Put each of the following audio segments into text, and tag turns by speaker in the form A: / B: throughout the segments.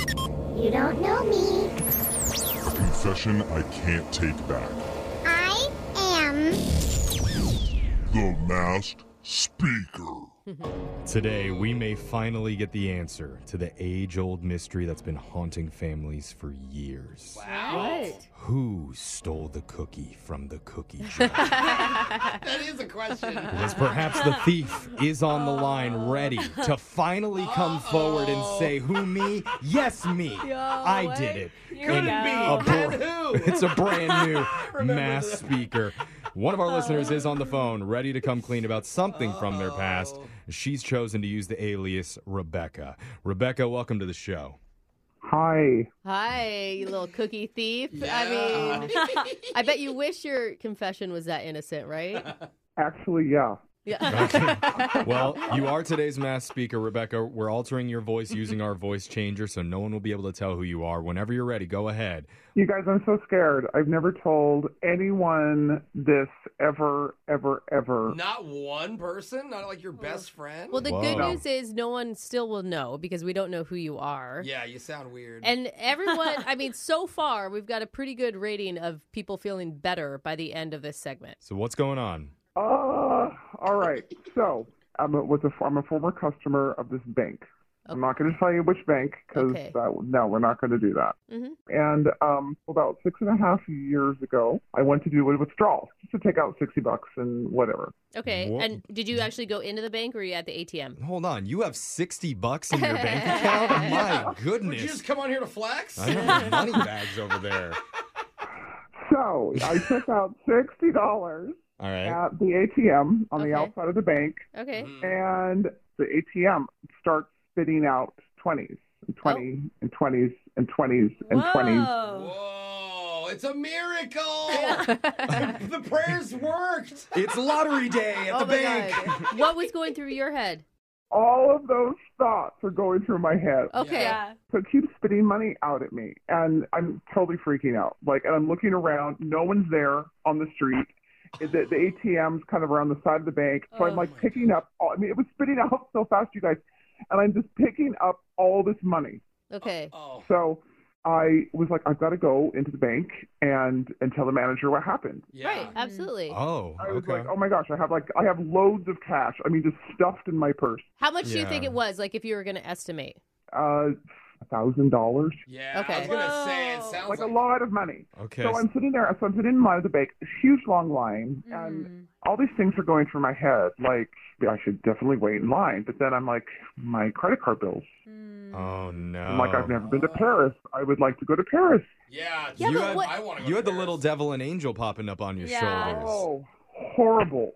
A: You don't know me.
B: A confession I can't take back.
A: I am.
B: The Masked Speaker.
C: Today, we may finally get the answer to the age old mystery that's been haunting families for years.
D: What?
C: Who stole the cookie from the cookie jar?
E: That is a question.
C: Because perhaps the thief is on the line ready to finally come forward and
E: Oh.
C: say, Who me? Yes, me. I did it.
E: Could
C: In
E: it be?
C: a bra-
E: And who?
C: it's a brand new mass speaker. One
E: Oh.
C: of our listeners is on the phone, ready to come clean about something from their past.
E: Oh.
C: She's chosen to use the alias Rebecca. Rebecca, welcome to the show.
F: Hi.
D: Hi, you little cookie thief.
E: Yeah.
D: I mean, I bet you wish your confession was that innocent, right?
F: Actually, yeah.
D: Yeah.
C: Well, you are today's mass speaker, Rebecca. We're altering your voice using our voice changer, so no one will be able to tell who you are. Whenever you're ready, go ahead.
F: You guys, I'm so scared. I've never told anyone this ever, ever, ever.
E: Not one person? Not like your best friend?
D: well, the good
C: Whoa.
D: news is no one still will know because we don't know who you are.
E: yeah, you sound weird.
D: And everyone, I mean, so far, we've got a pretty good rating of people feeling better by the end of this segment.
C: So, what's going on?
F: Uh, all right. So I'm a, was a, I'm a former customer of this bank. I'm not going to tell you which bank because
D: Okay.
F: no, we're not going to do that.
D: Mhm.
F: And um, about six and a half years ago, I went to do a withdrawal just to take out 60 bucks and whatever.
D: Okay.
C: Wha-
D: And did you actually go into the bank or were you at the ATM?
C: Hold on. You have 60 bucks in your bank account? My
E: Would you
C: goodness.
E: just come on here to flex?
C: I have money bags over there.
F: So I took out $60
C: All right.
F: at the ATM on
D: Okay.
F: the outside of the bank.
D: Okay.
E: Mm.
F: and the ATM starts spitting out 20s and 20 and 20s and 20s and 20s.
E: Whoa, it's a miracle! the prayers worked!
C: It's lottery day at
D: Oh
C: the
D: my
C: bank.
D: God. What was going through your head?
F: All of those thoughts are going through my head.
D: Okay.
G: Yeah.
F: So it keeps spitting money out at me, and I'm totally freaking out. Like, and I'm looking around. No one's there on the street. The, the ATM's kind of around the side of the bank. So I'm like picking up. All, I mean, it was spitting out so fast, you guys. And I'm just picking up all this money.
D: Okay.
E: Oh,
F: So I was like, I've got to go into the bank and and tell the manager what happened.
E: yeah.
D: Right. Absolutely.
C: Oh,
F: I was
C: okay.
F: like, oh my gosh, I have like I have loads of cash. I mean, just stuffed in my purse,
D: How much do you think
C: Yeah.
D: it was? Like, if you were going to estimate?
F: Uh, a thousand dollars,
E: Yeah, I was
D: Okay.
E: gonna say it
G: Whoa.
E: sounds
F: like
E: like,
F: a lot of money.
C: Okay.
F: So I'm sitting there, so I'm sitting in line at the bank, huge long line, and
G: Mm.
F: all these things are going through my head. Like I should definitely wait in line, but then I'm like, my credit card bills.
G: Mm.
C: oh no.
F: I'm like, I've never been to Paris. I would like to go to Paris.
E: Yeah,
D: Yeah,
C: You
D: but
C: had-
D: what-
E: I want to go
C: You
E: to
C: had the
E: Paris.
C: little devil and angel popping up on your
G: Yeah.
C: shoulders.
F: Oh, horrible.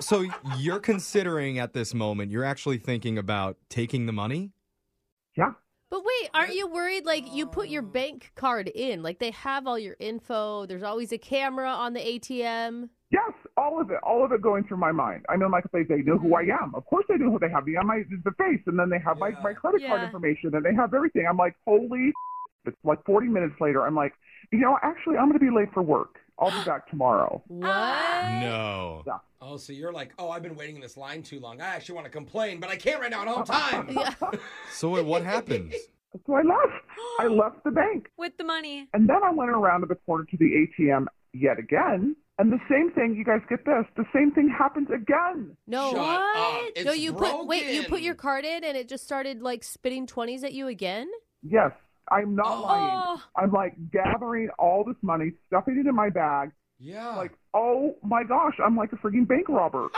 C: So you're considering at this moment, you're actually thinking about taking the money?
F: Yeah.
D: But wait, aren't you worried? Like, you put your bank card in, like, they have all your info. There's always a camera on the ATM.
F: Yes, all of it, all of it going through my mind. I mean, like they, they know who I am. Of course they know who they have me on my the face, and then they have
E: Yeah.
F: my, my credit card
G: Mm-hmm. Yeah.
F: information, and they have everything. I'm like, holy! It's like 40 minutes later. I'm like, you know, actually, I'm going to be late for work. I'll be back tomorrow.
D: What?
C: No.
E: Oh, so you're like, oh, I've been waiting in this line too long. I actually want to complain, but I can't right now. I don't have time.
D: Yeah.
C: So wait, what happens?
F: So I left. I left the bank,
G: With the money.
F: and then I went around to the corner to the ATM yet again, and the same thing. You guys get this? The same thing happens again.
D: No.
E: Shut up. It's
D: no, you put wait, you put
E: broken.
D: your card in and it just started like spitting 20s at you again?
F: Yes, I'm not
E: Oh.
F: lying. I'm like gathering all this money, stuffing it in my bag.
E: Yeah.
F: like, oh my gosh, I'm like a freaking bank robber.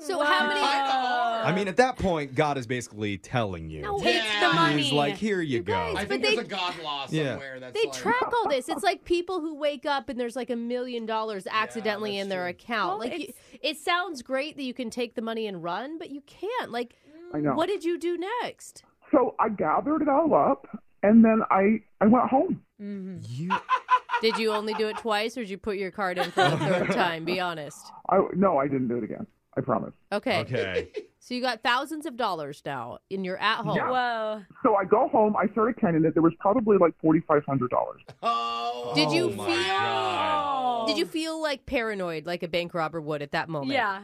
D: So how many
E: Kinda are.
C: I mean, at that point, God is basically telling you.
D: No,
E: Yeah.
G: It's the money.
C: He's like, here you,
D: You
C: go.
E: I
D: guys-
E: think
D: But they-
E: there's a god law
C: Yeah.
E: somewhere that's
D: They
E: like,
D: track all this. It's like people who wake up and there's like a million dollars accidentally
E: that's
D: in their
E: true.
D: account.
G: Well,
D: like you, it sounds great that you can take the money and run, but you can't. Like
F: I know.
D: what did you do next?
F: So I gathered it all up and then I, I went home.
G: Mhm.
C: You,
D: Did you only do it twice or did you put your card in for the third time? Be honest.
F: I no, I didn't do it again. I promise.
D: Okay.
C: okay.
D: So you got thousands of dollars now and you're at home.
F: Yeah.
G: Whoa.
F: So I go home. I started counting it. There was probably like forty five hundred dollars.
E: Oh.
D: Did you
C: Oh my
D: feel
C: God.
G: Oh.
D: Did you feel like paranoid like a bank robber would at that moment?
G: Yeah.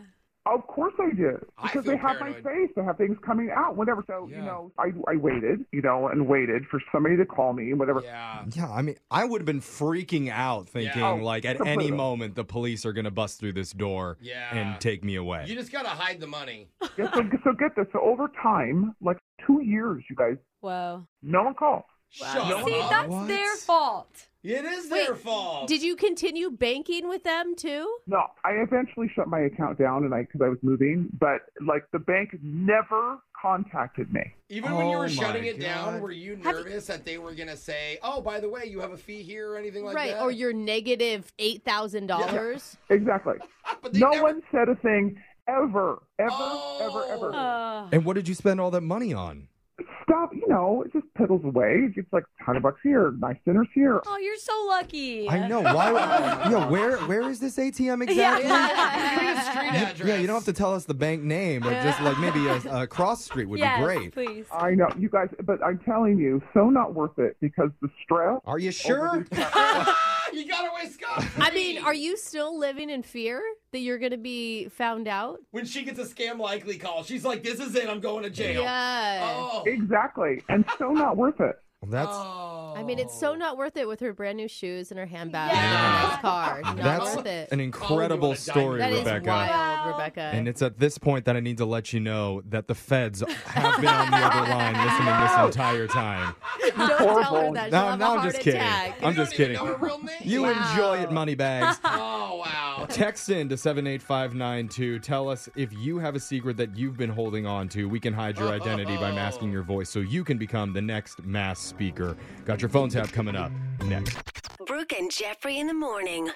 F: Of course I did.
E: I
F: Because
E: feel
F: they have
E: paranoid.
F: my face. They have things coming out, whatever. So,
E: Yeah.
F: you know, I, I waited, you know, and waited for somebody to call me, whatever.
E: Yeah.
C: Yeah, I mean, I would have been freaking out thinking,
E: Yeah.
C: like, at any
F: Completely.
C: moment, the police are going to bust through this door
E: Yeah.
C: and take me away.
E: You just gotta hide the money.
F: Yeah, so, so get this. So over time, like two years, you guys,
G: Wow.
F: no one calls.
E: Shut
G: See,
E: up.
G: that's
C: What?
G: their fault.
E: It is
D: Wait,
E: their fault.
D: Did you continue banking with them too?
F: No, I eventually shut my account down, and I because I was moving, but like the bank never contacted me.
E: Even when you
C: Oh
E: were
C: my
E: shutting it down,
C: God.
E: were you
D: Have you-
E: nervous that they were gonna say, "Oh, by the way, you have a fee here" or anything like
D: right,
E: that?
D: or your negative eight thousand dollars.
F: Exactly.
E: Ah, But they
F: No
E: never-
F: one said a thing ever, ever,
E: Oh.
F: ever, ever.
G: Uh,
C: and what did you spend all that money on?
F: Stop. You know, it just piddles away. It's like hundred bucks here, nice dinners here.
G: oh, you're so lucky.
C: I know. Why? yeah, where where is this ATM exactly?
E: Give me the street address.
C: Yeah, you don't have to tell us the bank name, but just like maybe a, a cross street would
G: yes,
C: be great.
G: please.
F: I know, you guys, but I'm telling you, so not worth it because the stress.
C: Are you sure?
E: Ah, you got away scot
D: I mean, are you still living in fear that you're going to be found out?
E: When she gets a scam likely call, she's like, "This is it. I'm going to jail."
D: Yeah.
E: Oh.
F: Exactly, and so not worth it.
C: Well, that's
D: Oh, I mean, it's
C: Oh.
E: Oh.
D: so not worth it with her brand new shoes and her handbag
G: Yeah.
D: and her nice car. Not
C: that's
D: worth it.
C: an incredible
E: diamond.
C: story,
D: That is
C: Rebecca.
D: wild,
G: Wow.
D: Rebecca.
C: And it's at this point that I need to let you know that the feds have been on the other line listening this entire time.
D: Don't tell her
F: horrible.
D: that. She'll
C: No,
D: have
C: no,
D: a
C: I'm
D: heart
C: just kidding.
D: attack.
C: I'm
E: You
C: just
E: don't even
C: kidding.
E: know her real name.
C: You enjoy it, money bags.
E: Oh wow.
C: Text in to 78592. Tell us if you have a secret that you've been holding on to. We can hide your identity by masking your voice so you can become the next mass speaker. Got your phone tap coming up next.
H: Brooke and Jeffrey in the morning.